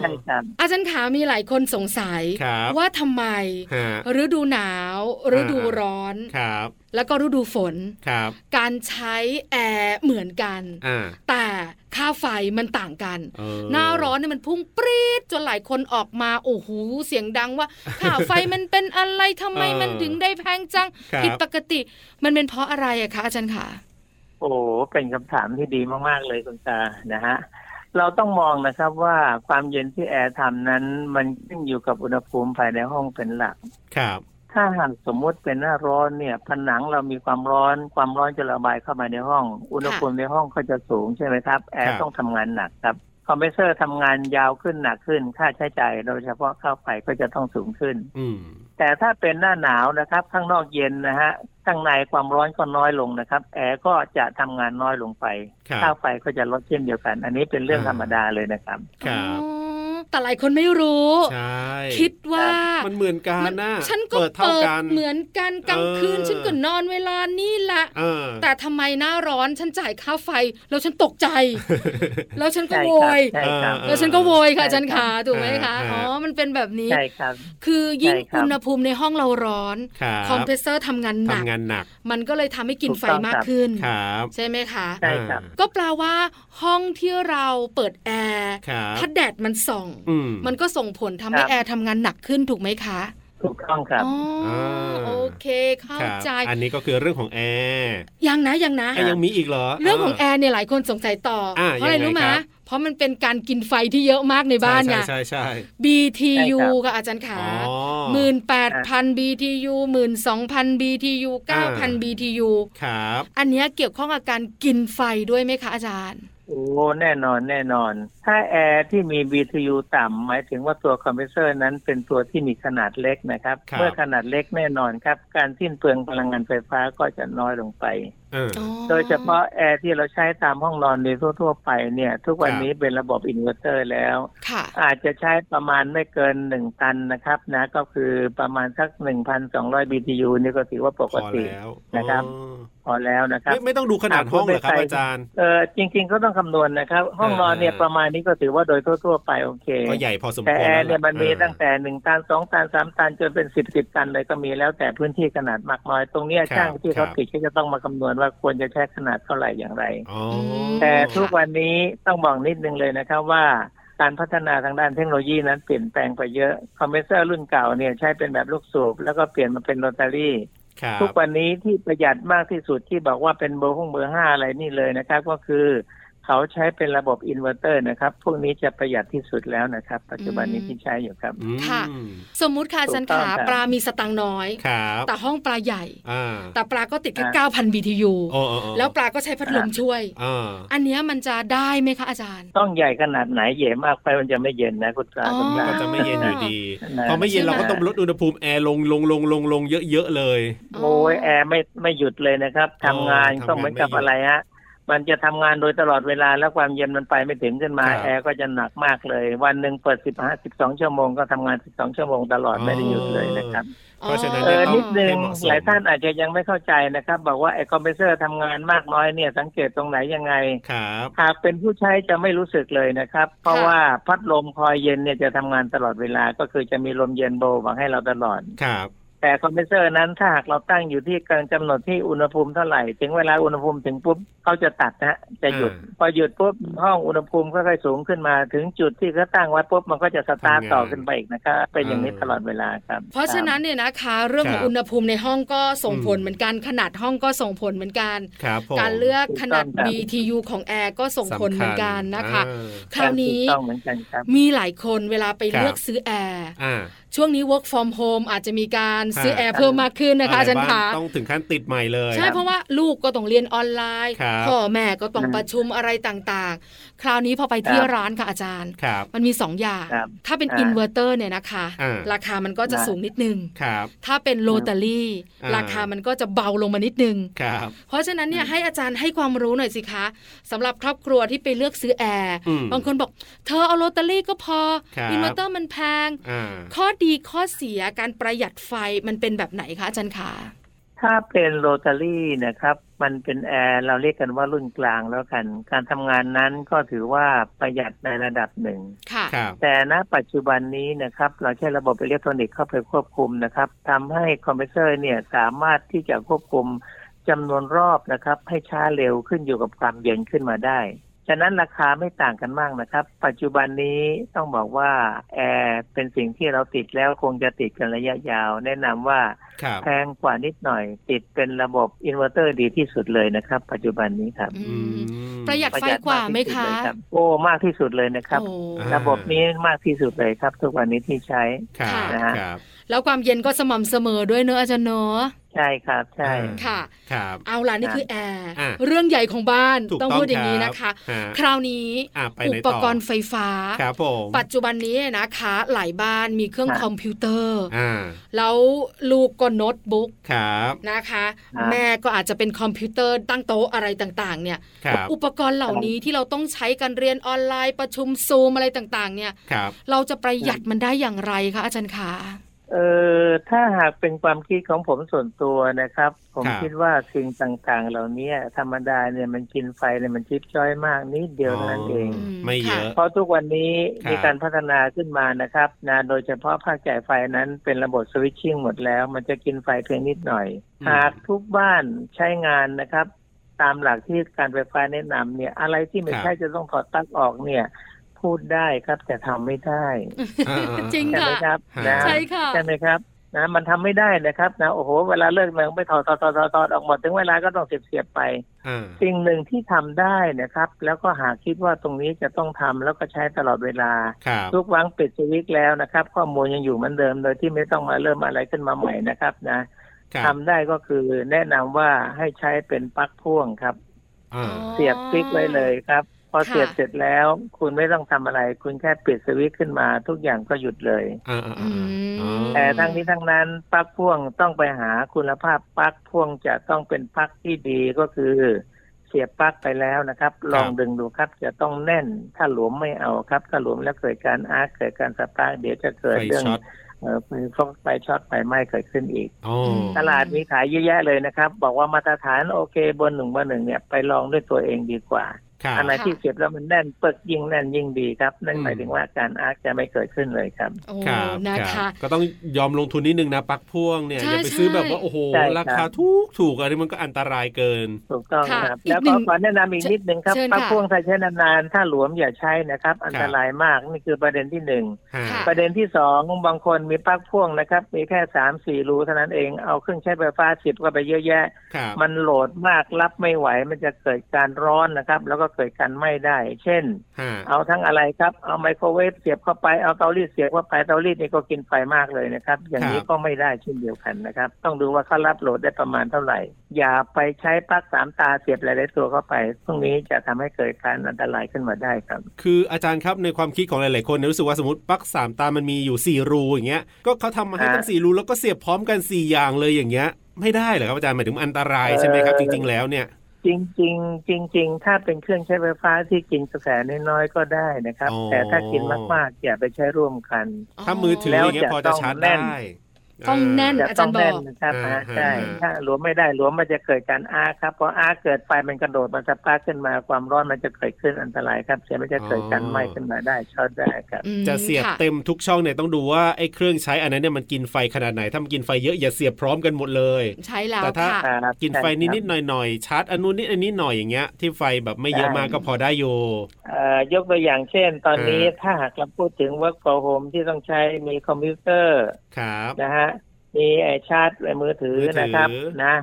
E: ใช่ครับ
A: อาจารย์ขามีหลายคนสงสัย
B: ครับ
A: ว่าทำไม
B: ฮะ
A: ฤดูหนาวฤดูร้อน
B: ครับ
A: แล้วก็ฤดูฝน
B: ครับ
A: การใช้แอร์เหมือนกัน
B: อ่า
A: แต่ค่าไฟมันต่างกัน
B: เออ
A: หน้าร้อนเนี่ยมันพุ่งปรี๊ดจนหลายคนออกมาโอ้โหเสียงดังว่า ค่าไฟมันเป็นอะไรทำไม
B: เออ
A: มันถึงได้แพงจัง
B: ครับ
A: ผิดปกติ มันเป็นเพราะอะไรอะคะอาจารย์ขา
E: โอ้โหเป็นคำถามที่ดีมากๆเลยคุณตา นะฮะ เราต้องมองนะครับว่าความเย็นที่แอร์ทำนั้น มันขึ้นอยู่กับอุณหภูมิภายในห้องเป็นหลัก
B: ครับ
E: ถ้าหากสมมุติเป็นหน้าร้อนเนี่ย ผนังเรามีความร้อน ความร้อนจะระบายเข้ามาในห้อง อุณหภูมิในห้องก็จะสูงใช่ไหมครับ แอ
B: ครั
E: ร์
B: บ
E: ต้องทำงานหนักครับ คอมเพรสเซอร์ทำงานยาวขึ้นหนักขึ้น ค่าใช้จ่ายโดยเฉพาะค่าไฟก็จะต้องสูงขึ้น
B: อืม
E: แต่ถ้าเป็นหน้าหนาวนะครับ ข้างนอกเย็นนะฮะ ข้างในความร้อนก็น้อยลงนะครับ แอร์ก็จะทำงานน้อยลงไป
B: ครับ
E: ค่าไฟก็จะลดเช่นเดียวกัน อันนี้เป็นเรื่องธรรมดาเลยนะครับ
B: ครับ
A: อ๋อแต่หลายคนไม่รู้
B: ใช่
A: คิดว่า
B: มันเหมือนกันนะ
A: ฉันก็
B: เปิดเท่า
A: เปิด
B: กัน
A: เหมือนกันกลางคืน
B: เออ
A: ฉันก็นอนเวลานี่แหละ
B: เออ
A: แต่ทำไมหน้าร้อนฉันจ่ายค่าไฟ แล้วฉันตกใจ แล้วฉันก็
E: ใช่
A: โว
E: ครับ
A: ย
E: ใช่ครับ
B: เออ
A: แล้วฉันก็โวยค่ะอาจารย์ขาถูกไหมคะ
B: อ่า
A: อ๋อมันเป็นแบบนี้
E: ใช่ครับ
A: คือยิ่ง
E: ใช่ครับ
A: อุณหภูมิในห้องเราร้อน
B: ครับ
A: คอมเพรสเซอร์ทำงานหนัก
B: ทำงานหนัก
A: มันก็เลยทำให้กินไฟ
E: ถูกต้อง
A: มาก
E: ครับ
A: ขึ้น
B: ครับ
A: ใช่ไหมคะ
E: ใช่ครับ
A: ก็แปลว่า ห้องที่เราเปิดแอร์
B: ครับ
A: ถ้าแดดมันส่อง
B: อืม
A: มันก็ส่งผลทำให้
E: ครับ
A: แอร์ทำงานหนักขึ้นถูกไหมคะ
E: ถูกต้องครับ
A: อ๋ออา โอเคเข้า
B: ครับ
A: ใจ
B: อันนี้ก็คือเรื่องของแอร์
A: ยังนะยังนะ
B: อ่ะยังมีอีกเหรอ
A: เรื่องของแอร์เนี่ยหลายคนสงสัยต่ออา เพราะอะไร
B: ยังไง
A: รู้ไหม
B: ครับ
A: เพราะมันเป็นการกินไฟที่เยอะมากในบ้านไง
B: ใช่ใช่ใช่ใช่
A: BTU
E: ใช่ครับ
A: ค่ะอาจารย์ขา
B: อ๋อ
A: หมื่นแปดพัน BTU หมื่นสองพัน BTU เก้าพัน
B: อ่า
A: BTU
B: ครับ
A: อันเนี้ยเกี่ยวข้องกับการกินไฟด้วยไหมคะอาจารย์
E: โอ้แน่นอนแน่นอน ถ้าแอร์ที่มี BTU ต่ำหมายถึงว่าตัวคอมเพรสเซอร์นั้นเป็นตัวที่มีขนาดเล็กนะครับ
B: ครับ
E: เมื่อขนาดเล็กแน่นอนครับ การสิ้นเปลืองพลังงานไฟฟ้าก็จะน้อยลงไป
B: เออ
A: อ๋อ
E: โดยเฉพาะแอร์ที่เราใช้ตามห้องนอนในทั่ว ๆ ไปเนี่ย ทุกวัน
B: ครับ
E: นี้เป็นระบบอินเวอร์เตอร์แล้ว
A: ค่ะ
E: อาจจะใช้ประมาณไม่เกินหนึ่งตันนะครับนะก็คือประมาณสักหนึ่งพันสองร้อย BTU นี่ก็ถือว่า
B: พ
E: ปก
B: อ
E: ติ
B: แล้ว
E: นะครับ
B: อ๋อ
E: พอแล้วนะครับ
B: ไม่ไม่ต้องดูขนาดห้องเหรอครับ
E: อ่ะพูดไป
B: อาจารย์
E: เออจริง ๆ ก็ต้องคำนวณนะครับ ห้องนอนเนี่ย
B: เออ
E: ประมาณนี้ก็ถือว่าโดยทั่ว ๆ ไปโอเค
B: ก็ใหญ่พอสม
E: แต่
B: ควร
E: แอร์
B: แล้
E: เนี่
B: วย ล่ะ
E: มันมี
B: เออ
E: ตั้งแต่หนึ่งตันสองตันสามตันจนเป็นสิบสิบตันเลยก็มีแล้วแต่พื้นที่ขนาดมากน้อยตรงเนี้ย
B: ครับ
E: ช่างที่
B: ครั
E: เขา
B: บ
E: ติดก็จะต้องมาคำนวณว่าควรจะใช้ขนาดเท่าไหร่อย่างไร
B: อ๋อ
E: แต่ทุกวันนี้ต้องบอกนิดนึงเลยนะครับว่าการพัฒนาทางด้านเทคโนโลยีนั้นเปลี่ยนแปลงไปเยอะคอมเพรสเซอร์รุ่นเก่าเนี่ยใช้เป็นแบบลูกสูบแล้วก็เปลี่ยนมาเป็นโรตารี่
B: ครับ
E: ทุกวันนี้ที่ประหยัดมากที่สุดที่บอกว่าเป็นเบอร์ห้องเบอร์ห้าอะไรนี่เลยนะครับ ก็คือ เขาใช้เป็นระบบอินเวอร์เตอร์นะครับ พวกนี้จะประหยัดที่สุดแล้วนะครับ ปัจจุบันนี้ที่ใช้อยู่ครับ
B: อืม
A: ค่ะ สมมุติค่ะอาจารย์
E: ถูกต้
A: ขา
E: องครับ
A: ปลามีสตังค์น้อย
B: ครับ
A: แต่ห้องปลาใหญ่
B: อ่า
A: แต่ปลาก็ติดแค่
E: อ่า
A: 9,000 BTU
B: โอ้โอ้โอ้
A: แล้วปลาก็ใช้พัดลมช่วย
B: อ่า
A: อันเนี้ยมันจะได้ไหมคะอาจารย์
E: ต้องใหญ่ขนาดไหนใหญ่มากไปมันจะไม่เย็นนะคุณปลา
A: อ๋อ
E: คุณป
B: มัน
E: ลา
B: ก็จะไม่เย็นอยู่ดี
E: นะ
B: พอไม่เย็น
A: ใช่ไหม
B: เราก็ต้องลดอุณหภูมิแอร์ลงลงลงลงลงเยอะๆเลย
E: โอ้ยแอร์ไม่ไม่หยุดเลยนะครับทำงาน
B: อ๋อ
E: ก็เหมือนกับ
B: ทำงานไม่หยุด
E: อะไรฮะมันจะทำงานโดยตลอดเวลาแล้วความเย็นมันไปไม่ถึงขึ้นมา
B: ครับ
E: แอร์ก็จะหนักมากเลย วันหนึ่งเปิดสิบห้าสิบสองชั่วโมงก็ทำงานสิบสองชั่วโมงตลอดไม่ได้หยุดเลยนะครับ
B: เพราะฉะนั้น
E: เออ
B: ต้
E: นิดนึง
B: ให้เหมาะสม
E: หลายท่านอาจจะยังไม่เข้าใจนะครับ บอกว่าไอ้คอมเพรสเซอร์ทำงานมากน้อยเนี่ย สังเกตตรงไหนยังไง
B: ครับ
E: หากเป็นผู้ใช้จะไม่รู้สึกเลยนะครับ เพราะ
A: ค่ะ
E: ว่าพัดลมคอยเย็นเนี่ยจะทำงานตลอดเวลา ก็คือจะมีลมเย็นโบว์มาให้เราตลอด
B: ครับ
E: แต่คอมเพรสเซอร์นั้นถ้าหากเราตั้งอยู่ที่การกำหนดที่อุณหภูมิเท่าไหร่ ถึงเวลาอุณหภูมิถึงปุ๊บเขาจะตัดนะฮะจะหยุด
B: อ่า
E: พอหยุดปุ๊บห้องอุณหภูมิค่อยๆสูงขึ้นมา ถึงจุดที่เขาตั้งไว้ปุ๊บมันก็จะสตาร์ท
B: ทำงาน
E: ต่อขึ้นไปอีกนะครับเป็นอย่างนี้
B: อ่า
E: ตลอดเวลาครับ
A: เพราะฉะนั้นเนี่ยนะคะเรื่องของ
B: ครับ
A: อุณหภูมิในห้องก็ส่งผล
B: อืม
A: เหมือนกันขนาดห้องก็ส่งผลเหมือนกัน
B: ครับผม
A: การเลือกขนาด
E: ถูกต้องครับ
A: BTU ของแอร์ก็ส่ง
B: สำคัญ
A: ผลเหมือนกันนะคะ
B: อ่า
A: คราวนี้
E: ถูกต้องเหมือนกันครับ
A: มีหลายคนเวลาไปเลือกซื้อแอร์
B: อ่า
A: ช่วงนี้ work from home อาจจะมีการซื้อ
B: ครับ
A: แอร์เพิ่มมากขึ้นนะคะอาจารย์
B: บ้
A: คะ
B: งต้องถึงขั้นติดใหม่เลย
A: ใช่เพราะว่าลูกก็ต้องเรียนออนไลน์
B: ครับ
A: พ่อแม่ก็ต้อง
E: อืม
A: ประชุมอะไรต่างๆ คราวนี้พอไปที่
E: ครับ
A: ร้านค่ะอาจารย์
B: ครับ
A: มันมี 2 อย่าง
E: ครับ
A: ถ้าเป็น
E: อ่า
A: อินเวอร์เตอร์เนี่ยนะคะ
B: อ่า
A: ราคามันก็จะ
E: ได้
A: สูงนิดนึง
B: ครับ
A: ถ้าเป็นโรตารี่
B: อ่า
A: ราคามันก็จะเบาลงมานิดนึง
B: ครับ
A: เพราะฉะนั้นเนี่ย
E: อืม
A: ให้อาจารย์ให้ความรู้หน่อยสิคะสำหรับครอบครัวที่ไปเลือกซื้อแอร์
B: อืม
A: บางคนบอก เธอเอาโรตารี่ก็พอ
B: ครับ
A: อินเวอร์เตอร์มันแพง
B: อ่า
A: ข้อดีข้อเสียการประหยัดไฟมันเป็นแบบไหนคะอาจารย์คะ
E: ถ้าเป็นโรตารี่นะครับ มันเป็นแอร์เราเรียกกันว่ารุ่นกลางแล้วกัน การทำงานนั้นก็ถือว่าประหยัดในระดับหนึ่ง
A: ค่ะ
B: ครับ
E: แต่ณปัจจุบันนี้นะครับ เราใช้ระบบอิเล็กทรอนิกส์เข้าไปควบคุมนะครับทำให้คอมเพรสเซอร์เนี่ยสามารถที่จะควบคุมจำนวนรอบนะครับ ให้ช้าเร็วขึ้นอยู่กับความเย็นขึ้นมาได้ ฉะนั้นราคาไม่ต่างกันมากนะครับ ปัจจุบันนี้ต้องบอกว่าแอร์เป็นสิ่งที่เราติดแล้วคงจะติดกันระยะยาว แนะนำว่า
B: ครับ
E: แพงกว่านิดหน่อย ติดเป็นระบบอินเวอร์เตอร์ดีที่สุดเลยนะครับ ปัจจุบันนี้ครับ
A: อื
B: อื
A: ม
B: ม
A: ประหยัด ไฟกว่าไหมคะ
E: ประหยัดากที่สุดเลยรับโอ้มากที่สุดเลยนะครับ
A: โอ้
B: อ่
E: ระบบนี้มากที่สุดเลยครับ ทุกวันนี้ที่ใช้
B: ครับ
E: นะฮะ
B: ครับ
A: แล้วความเย็นก็สม่ำเสมอด้วยเนอะอาจารย์เนอะ
E: ใช่ครับ ใช่
A: ค่ะ
B: ครับ
A: เอาล่ะนี่คือแอร์
B: อ่ะ
A: เรื่องใหญ่ของบ้าน
B: ถูก
A: ต้อง
B: ต้อง
A: พูดอย่างนี้นะคะ
B: รับ
A: ค
B: ฮะ
A: ราวนี้
B: อ่ะไป
A: อุ
B: ไหนต่ออุ
A: ปกรณ์ไฟฟ้า
B: ครับผม
A: ปัจจุบันนี้นะคะหลายบ้านมีเครื่อง
E: ครับ
A: คอมพิวเตอร์
B: อ่า
A: แล้วลูกก็โน้ตบุ๊ก
B: ครับ
A: นะคะ
E: ครับ
A: แม่ก็อาจจะเป็นคอมพิวเตอร์ตั้งโต๊ะอะไรต่างๆ เนี่ย
B: ครับ
A: อุปกรณ์เหล่านี้ที่เราต้องใช้การเรียนออนไลน์ประชุมซูมอะไรต่างๆ เนี่ย
B: ครับ
A: เราจะประหยัดมันได้อย่างไรคะอาจารย์ขา
E: เออถ้าหากเป็นความคิดของผมส่วนตัวนะครับ ผม
B: ครับ
E: คิดว่าสิ่งต่างๆ เหล่านี้ธรรมดาเนี่ยมันกินไฟเนี่ยมันชิบจ้อยมากนิดเดียวเท่านั้นเอง
B: อ๋ ไม่เยอะ
A: ค่ะ
E: เพราะทุกวันนี้
B: ครับ
E: มีการพัฒนาขึ้นมานะครับนะโดยเฉพาะภาคจ่ายไฟนั้นเป็นระบบสวิตชิ่งหมดแล้ว มันจะกินไฟเพียงนิดหน่อย
B: อืม
E: หากทุกบ้านใช้งานนะครับ ตามหลักที่การไฟฟ้าแนะนำเนี่ย อะไรที่ไม่ใช่จะต้องถอดปลั๊กออกเนี่ย พูดได้ครับแต่ทำไม่ได้
B: อ่าอ่า
A: จริง
E: ใช่ไหมครับ
B: ค่ะ
E: นะ
A: ใช่ค่ะ
E: ใช่ไหมครับ นะมันทำไม่ได้นะครับนะโอ้โหเวลาเลิกเลิกไม่ถอดถอดถอดถอดถอดออกหมดถึงเวลาก็ต้องเสียบเสียบไป
B: อ่า
E: สิ่งหนึ่งที่ทำได้นะครับ แล้วก็หากคิดว่าตรงนี้จะต้องทำแล้วก็ใช้ตลอดเวลา
B: ครับ
E: ทุกวังปิดสวิตช์แล้วนะครับ ข้อมูลยังอยู่เหมือนเดิม โดยที่ไม่ต้องมาเริ่มอะไรขึ้นมาใหม่นะครับนะครับ ทำได้ก็คือแนะนำว่าให้ใช้เป็นปลั๊กพ่วงครับ
B: อ่า
E: เสียบคลิกไว้เลยครับ พอ
A: ค่ะ
E: เสียบเสร็จแล้ว คุณไม่ต้องทำอะไร คุณแค่ปิดสวิตช์ขึ้นมา ทุกอย่างก็หยุดเลย
B: อ่าอ่า
A: อื
B: อ่าม อ๋อ
E: แต่ทั้งนี้ทั้งนั้นปลั๊กพ่วงต้องไปหาคุณภาพปลั๊กพ่วงจะต้องเป็นปลั๊กที่ดีก็คือเสียบปลั๊กไปแล้วนะครับ ลองดึงดูครับจะต้องแน่นถ้าหลวมไม่เอาครับ ถ้าหลวมแล้วเกิดการอาร์คเกิดการสปาร์คเดี๋ยวจะเกิด
B: ไฟ
E: เรื่อง
B: ช็อต
E: เอ่อไฟฟอกไฟช็อตไฟไหม้เกิดขึ้นอีก
B: อ๋อ
A: ม
E: ตลาดมีขายเยอะแยะเลยนะครับ บอกว่ามาตรฐานโอเคเบอร์หนึ่งเบอร์หนึ่งเนี่ยไปลองด้วยตัวเองดีกว่า
B: ครับ
E: อันไหนที่เสียบแล้วมันแน่นเปิกยิ่งแน่นยิ่งดีครับนั่น
B: อืม
E: หมายถึงว่าการอาร์คจะไม่เกิดขึ้นเลยครับ
A: โอ้
B: ครับ
A: นะ
B: รั
A: คะ
B: บก็ต้องยอมลงทุนนิดนึงนะปลั๊กพ่วงเนี่ย
A: ใช่
B: อย่าไปซื้อ
A: ใช่
B: แบบว่าโอ้โห
E: ใช่ครับ
B: ราคาถูกถูกๆอันนี้มันก็อันตรายเกิน
E: ถูกต้อง
A: ค่ะ
E: ครับ
A: อีก
E: แล้ว
A: หนึ่
E: ก็
A: ง
E: ขอแนะนำอีกนิดนึงครับ
A: เชิญ
E: ปลั๊ก
A: ค่ะ
E: พ่วงถ้าใช้นานๆถ้าหลวมอย่าใช้นะครับ อันตรายมากนี่คือประเด็นที่หนึ่ง
B: ฮะ
A: ค่ะ
E: ประเด็นที่สองบางคนมีปลั๊กพ่วงนะครับ มีแค่สามสี่รูเท่านั้นเองเอาเครื่องใช้ไฟฟ้าสิบก็ไปเยอะแยะ
B: ครับ
E: มันโหลดมากรับไม่ไหว มันจะเกิดการร้อนนะครับ แล้วก็เกิดการไหม้ได้ เช่น
B: ฮะ
E: เอาทั้งอะไรครับ เอาไมโครเวฟเสียบเข้าไปเอาเตารีดเสียบเข้าไปเตารีดนี่ก็กินไฟมากเลยนะครับ อย่างนี้ก็ไม่ได้เช่นเดียวกันนะครับ ต้องดูว่าเขารับโหลดได้ประมาณเท่าไหร่ อย่าไปใช้ปลั๊กสามตาเสียบหลายๆตัวเข้าไปพวกนี้จะทำให้เกิดการอันตรายขึ้นมาได้ครับ
B: คืออาจารย์ครับในความคิดของหลายๆคนเนี่ยรู้สึกว่าสมมติปลั๊กสามตามันมีอยู่สี่รูอย่างเงี้ยก็เขาทำมาให้
E: ฮะ
B: ตั้งสี่รูแล้วก็เสียบพร้อมกันสี่อย่างเลยอย่างเงี้ยไม่ได้เหรอครับอาจารย์หมายถึงมันอันตรายใช่ไหมครับจริง ๆ แล้วเนี่ย
E: จริงๆ จริง ๆ ถ้าเป็นเครื่องใช้ไฟฟ้าที่กินกระแสน้อยๆก็ได้นะครับ
B: อ๋อ
E: แต่ถ้ากินมากๆอย่าไปใช้ร่วมกัน
B: ถ้ามือถืออย่างเงี้ยพอจะชาร์จได้
A: ต้องแน่น
E: จะ
A: อาจา
E: ต้
A: ร
E: อ
A: ย์
E: ง
A: บอก
E: แน่นนะครับ
B: อ่า
E: อ่าใช่
B: อ่า
E: ถ้าหลวมไม่ได้หลวมมันจะเกิดการอาร์คครับพออาร์คเกิดไฟมันกระโดดมันสปาร์คขึ้นมาความร้อนมันจะเกิดขึ้นอันตรายครับเสียมันจะเกิดการไหม้ขึ้นมาได้ช็อตได้ครับ
A: อืม
B: จะเสียบ
A: ค่
B: เต็มทุกช่องเนี่ยต้องดูว่าไอ้เครื่องใช้อันนั้นเนี่ยมันกินไฟขนาดไหนถ้ามันกินไฟเยอะอย่าเสียบพร้อมกันหมดเลย
A: ใช้แล้ว
B: แต่ถ้า
A: ค่ะ
E: ครับ
B: กินไฟนิดนิด
E: ใช่ครับ
B: หน่อยหน่อยๆชาร์จอันนู้นนิดอันนี้หน่อยอย่างเงี้ยที่ไฟแบบไม่เยอะมากก็พอได้อยู่
E: เอ่อยกตัวอย่างเช่น ตอนนี้
B: อ่า
E: ถ้าหากเราพูดถึง work from home ที่ต้องใช้มีคอมพิวเตอร์
B: ครับ
E: นะฮะมีไอชาร์จไอ้มือถือ
B: มือถือ
E: นะครับนะ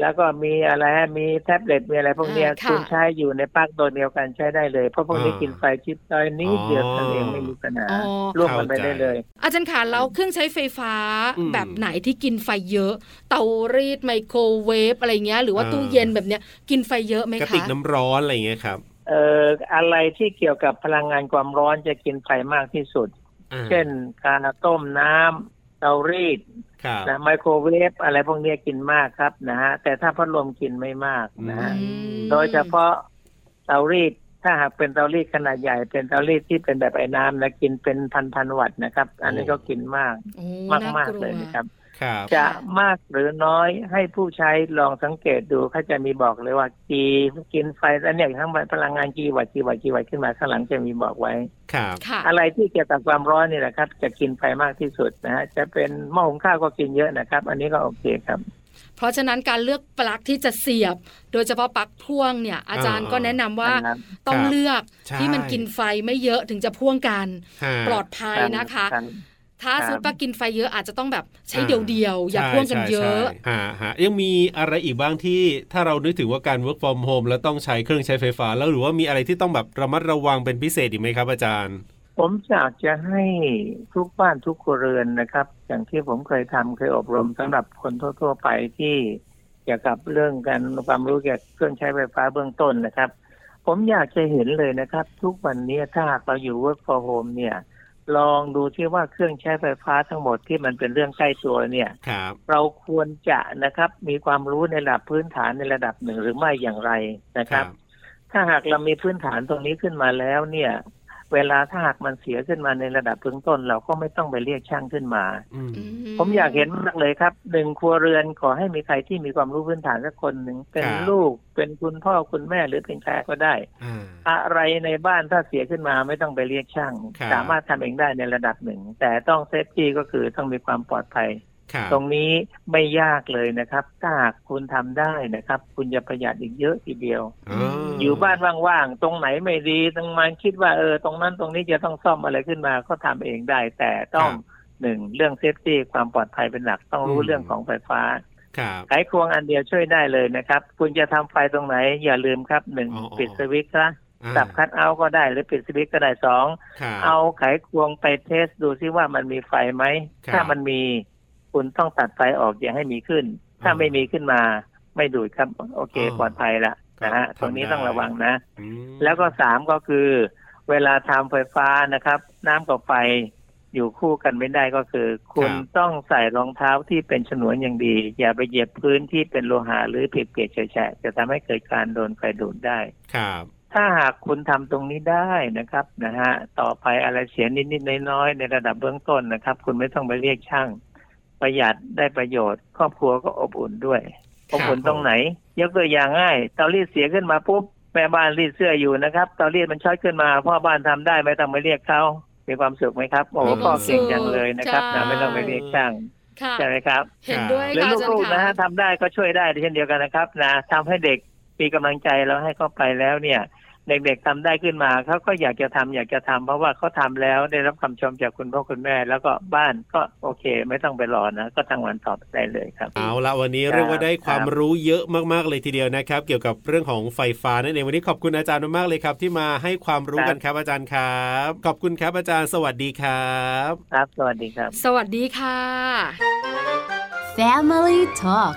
E: แล้วก็มีอะไรฮะมีแท็บเล็ตมีอะไรพวกเนี้ย
A: อ่าค่ะ
E: คุณใช้อยู่ในปลั๊กตัวเดียวกันใช้ได้เลยเพราะพวกนี้กินไฟชิปตอยนี้เดียวเท่านั้นเองไม่มีปัญหา
A: อ๋อ
E: ร่วมกันไปได้เลย
A: อาจารย์ขาแล้วเครื่องใช้ไฟฟ้า
B: อืม
A: แบบไหนที่กินไฟเยอะ เตารีดไมโครเวฟอะไรเงี้ยหรือว่า
B: อ่า
A: ตู้เย็นแบบเนี้ยกินไฟเยอะไหม
B: กระ
A: คะ
B: ติกน้ำร้อนอะไรอย่างเงี้ยครับ
E: เอ่ออะไรที่เกี่ยวกับพลังงานความร้อนจะกินไฟมากที่สุด
B: อ่า
E: เช่น การต้มน้ำเตารีด
B: ครับ
E: นะไมโครเวฟอะไรพวกเนี้ยกินมากครับนะฮะแต่ถ้าพัดลมกินไม่มากนะฮะ
A: อืม
E: โดยเฉพาะเตารีดถ้าหากเป็นเตารีดขนาดใหญ่ เป็นเตารีดที่เป็นแบบไอ้น้ำนะกินเป็นพันพันๆวัตต์นะครับ อันนี้ก็กินมาก
A: โอ้
E: มาก
A: น่
E: มาก
A: ว
E: เลยนะครับ
B: ครับ
E: จะมากหรือน้อยให้ผู้ใช้ลองสังเกตดูเขาจะมีบอกเลยว่ากี่กินไฟแล้วเนี่ยทั้งพลังงานกี่วัตต์กี่วัตต์กี่วัตต์ขึ้นมาข้างหลังจะมีบอกไว้
B: ครับ
A: ค่ะ
E: อะไรที่เกี่ยวกับความร้อนนี่แหละครับ จะกินไฟมากที่สุดนะฮะจะเป็นหม้อหุงข้าวก็กินเยอะนะครับ อันนี้ก็โอเคครับ
A: เพราะฉะนั้นการเลือกปลั๊กที่จะเสียบ โดยเฉพาะปลั๊กพ่วงเนี่ย อาจารย์
B: อ่า
A: ก็แนะนำว่า
E: ครับ
A: ต้อง
B: ครับ
A: เลือก
B: ใช่
A: ที่มันกินไฟไม่เยอะถึงจะพ่วงกัน
B: ฮะ
A: ปลอดภัยนะคะ
E: รับ
A: ถ้า
E: ครับ
A: สุดปลั๊กกินไฟเยอะอาจจะต้องแบบใช้
B: อ่า
A: เดียวๆอย่าพ่วงกันเยอะ
B: ใช่ใช่ใช่ฮะฮะยังมีอะไรอีกบ้างที่ถ้าเรานึกถึงว่าการ work from home แล้วต้องใช้เครื่องใช้ไฟฟ้า แล้วหรือว่ามีอะไรที่ต้องแบบระมัดระวังเป็นพิเศษอีกไหมครับอาจารย์
E: ผมอยากจะให้ทุกบ้านทุกครัวเรือนนะครับ อย่างที่ผมเคยทำเคยอบรมสำหรับคนทั่ว ๆ ไปที่เกี่ยวกับเรื่องการความรู้เกี่ยวกับเครื่องใช้ไฟฟ้าเบื้องต้นนะครับ ผมอยากจะเห็นเลยนะครับ ทุกวันนี้ถ้าหากเราอยู่ work from home เนี่ย ลองดูที่ว่าเครื่องใช้ไฟฟ้าทั้งหมดที่มันเป็นเรื่องใกล้ตัวเนี่ย
B: ครับ
E: เราควรจะนะครับ มีความรู้ในระดับพื้นฐานในระดับหนึ่งหรือไม่อย่างไรนะครับ ถ้าหากเรามีพื้นฐานตรงนี้ขึ้นมาแล้วเนี่ย เวลาถ้าหากมันเสียขึ้นมาในระดับเบื้องต้น เราก็ไม่ต้องไปเรียกช่างขึ้นมา
B: อืม
E: ผมอยากเห็นมากเลยครับหนึ่งครัวเรือนขอให้มีใครที่มีความรู้พื้นฐานสักคนหนึ่งเป็น
B: ครับ
E: ลูก เป็นคุณพ่อคุณแม่หรือเป็นใครก็ได้
B: อ่า
E: อะไรในบ้านถ้าเสียขึ้นมาไม่ต้องไปเรียกช่าง
B: ครับ
E: สามารถทำเองได้ในระดับหนึ่ง แต่ต้องเซฟตี้ก็คือต้องมีความปลอดภัย
B: ครับ
E: ตรงนี้ไม่ยากเลยนะครับ ถ้าหากคุณทำได้นะครับ คุณจะประหยัดอีกเยอะทีเดียว
B: อ๋อ
E: อ
B: อ
E: ยู่บ้านว่างๆ ตรงไหนไม่ดีตรงมันคิดว่าเออตรงนั้นตรงนี้จะต้องซ่อมอะไรขึ้นมาก็ทำเองได้ แต่ต้อง
B: ครับ
E: หนึ่งเรื่องเซฟตี้ความปลอดภัยเป็นหลักต้องรู้
B: อืม
E: เรื่องของไฟฟ้า
B: ครับ
E: ไขควงอันเดียวช่วยได้เลยนะครับ คุณจะทำไฟตรงไหน อย่าลืมครับหนึ่ง
B: อ๋อ
E: ปิดสวิตช์ซะ
B: อ่า
E: สับคัดเอาท์ก็ได้หรือปิดสวิตช์ก็ได้สอง
B: ครับ
E: เอาไขควงไปเทสดูซิว่ามันมีไฟไหม
B: ครับ
E: ถ้ามันมี คุณต้องตัดไฟออกอย่าให้มีขึ้น ถ้า
B: อ่า
E: ไม่มีขึ้นมา ไม่ดูดครับ โอเค
B: อ่า
E: ปลอดภัยละ
B: ครับ
E: นะฮะ
B: ทำ
E: ตรงนี้
B: ได้
E: ต้องระวังนะ
B: อืม
E: แล้วก็สามก็คือ เวลาทำไฟฟ้านะครับ น้ำกับไฟอยู่คู่กันไม่ได้ก็คือ คุณต้องใส่รองเท้าที่เป็นฉนวนอย่างดี อย่าไปเหยียบพื้นที่เป็นโลหะหรือเปียกๆแฉะๆจะทำให้เกิดการโดนไฟดูดได้
B: ครับ
E: ถ้าหากคุณทำตรงนี้ได้นะครับนะฮะต่อไปอะไรเสียนิดๆน้อยๆในระดับเบื้องต้นนะครับ คุณไม่ต้องไปเรียกช่าง ประหยัดได้ประโยชน์ ครอบครัวก็อบอุ่นด้วย
B: ครั
E: อ
B: บบ
E: อุ่นตรงไหน ยกตัวอย่างง่ายเตารีดเสียขึ้นมาปุ๊บแม่บ้านรีดเสื้ออยู่นะครับเตารีดมันช็อตขึ้นมาพ่อบ้านทำได้ไม่ต้องไปเรียกเขามีความสุขไหมครับโอ้โห
B: มีความ
E: พ่อเก่งจังเลยนะครับ
A: สุข
E: นะไม่ต้องไปเรียกช่าง
A: ค่ะ
E: ใช่ไหมครับ
A: เห็นด้วย
E: หรือ
A: ค่ะอาจาร
E: ลู
A: ย์
E: กๆนะ
A: ค่ะ
E: ฮะทำได้ก็ช่วยได้เช่นเดียวกันนะครับนะทำให้เด็กมีกำลังใจแล้วให้เขาไปแล้วเนี่ย เด็กๆทำได้ขึ้นมาเขาก็อยากจะทำอยากจะทำเพราะว่าเขาทำแล้วได้รับคำชมจากคุณพ่อคุณแม่ แล้วก็บ้านก็โอเค ไม่ต้องไปรอนะ ก็ทางวันต่อไปได้เลยครับ
B: เอาละวันนี้
E: ครับ
B: เรียกว่าได้ความ
E: ครับ
B: รู้เยอะมากๆเลยทีเดียวนะครับ เกี่ยวกับเรื่องของไฟฟ้านั่นเองวันนี้ขอบคุณอาจารย์มากๆเลยครับ ที่มาให้ความรู้กันครับอาจารย์ครับ ขอบคุณครับอาจารย์สวัสดีครับ
E: ครับสวัสดีครับ
A: สวัสดีค่ะ
D: Family Talk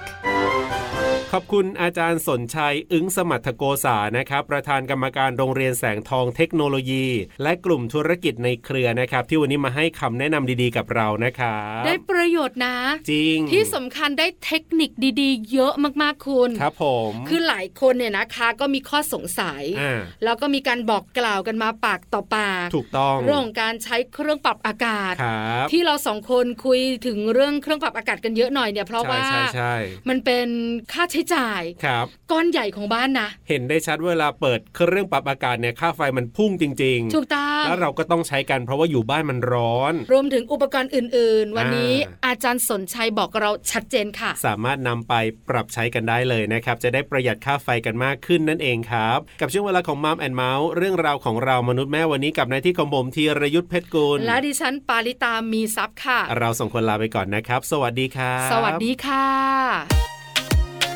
B: ขอบคุณอาจารย์สนชัย อึ้งสมัทโกษานะครับ ประธานกรรมการโรงเรียนแสงทองเทคโนโลยี และกลุ่มธุรกิจในเครือนะครับ ที่วันนี้มาให้คำแนะนำดีๆกับเรานะครับ
A: ได้ประโยชน์นะ
B: จริง
A: ที่สำคัญได้เทคนิคดีๆ เยอะมากๆคุณ
B: ครับผม
A: คือหลายคนเนี่ยนะคะก็มีข้อสงสัย
B: อ่า
A: แล้วก็มีการบอกกล่าวกันมาปากต่อปาก
B: ถูกต้อง
A: เรื่องของการใช้เครื่องปรับอากาศ
B: ครับ
A: ที่เราสองคนคุยถึงเรื่องเครื่องปรับอากาศกันเยอะหน่อยเนี่ยเพราะ
B: ใช่
A: ว่า
B: ใช่ใช่
A: มันเป็นค่าใช้จ่าย
B: ครับ
A: ก้อนใหญ่ของบ้านนะ
B: เห็นได้ชัดเวลาเปิดเครื่องปรับอากาศเนี่ยค่าไฟมันพุ่งจริง
A: ถูกต้อง
B: ๆ แล้วเราก็ต้องใช้กันเพราะว่าอยู่บ้านมันร้อน
A: รวมถึงอุปกรณ์อื่น ๆ วันนี้
B: อ่า
A: อาจารย์สนชัยบอกเราชัดเจนค่ะ
B: สามารถนำไปปรับใช้กันได้เลยนะครับ จะได้ประหยัดค่าไฟกันมากขึ้นนั่นเองครับ กับช่วงเวลาของมัมแอนเมาส์เรื่องราวของเรามนุษย์แม่วันนี้กับนายที่ของผมธีรยุทธเพชรกุล
A: และดิฉันปาริตามีซัพ์ค่ะ
B: เราส่งคนลาไปก่อนนะครับ สวัสดีครับ
A: สวัสดีค่ะ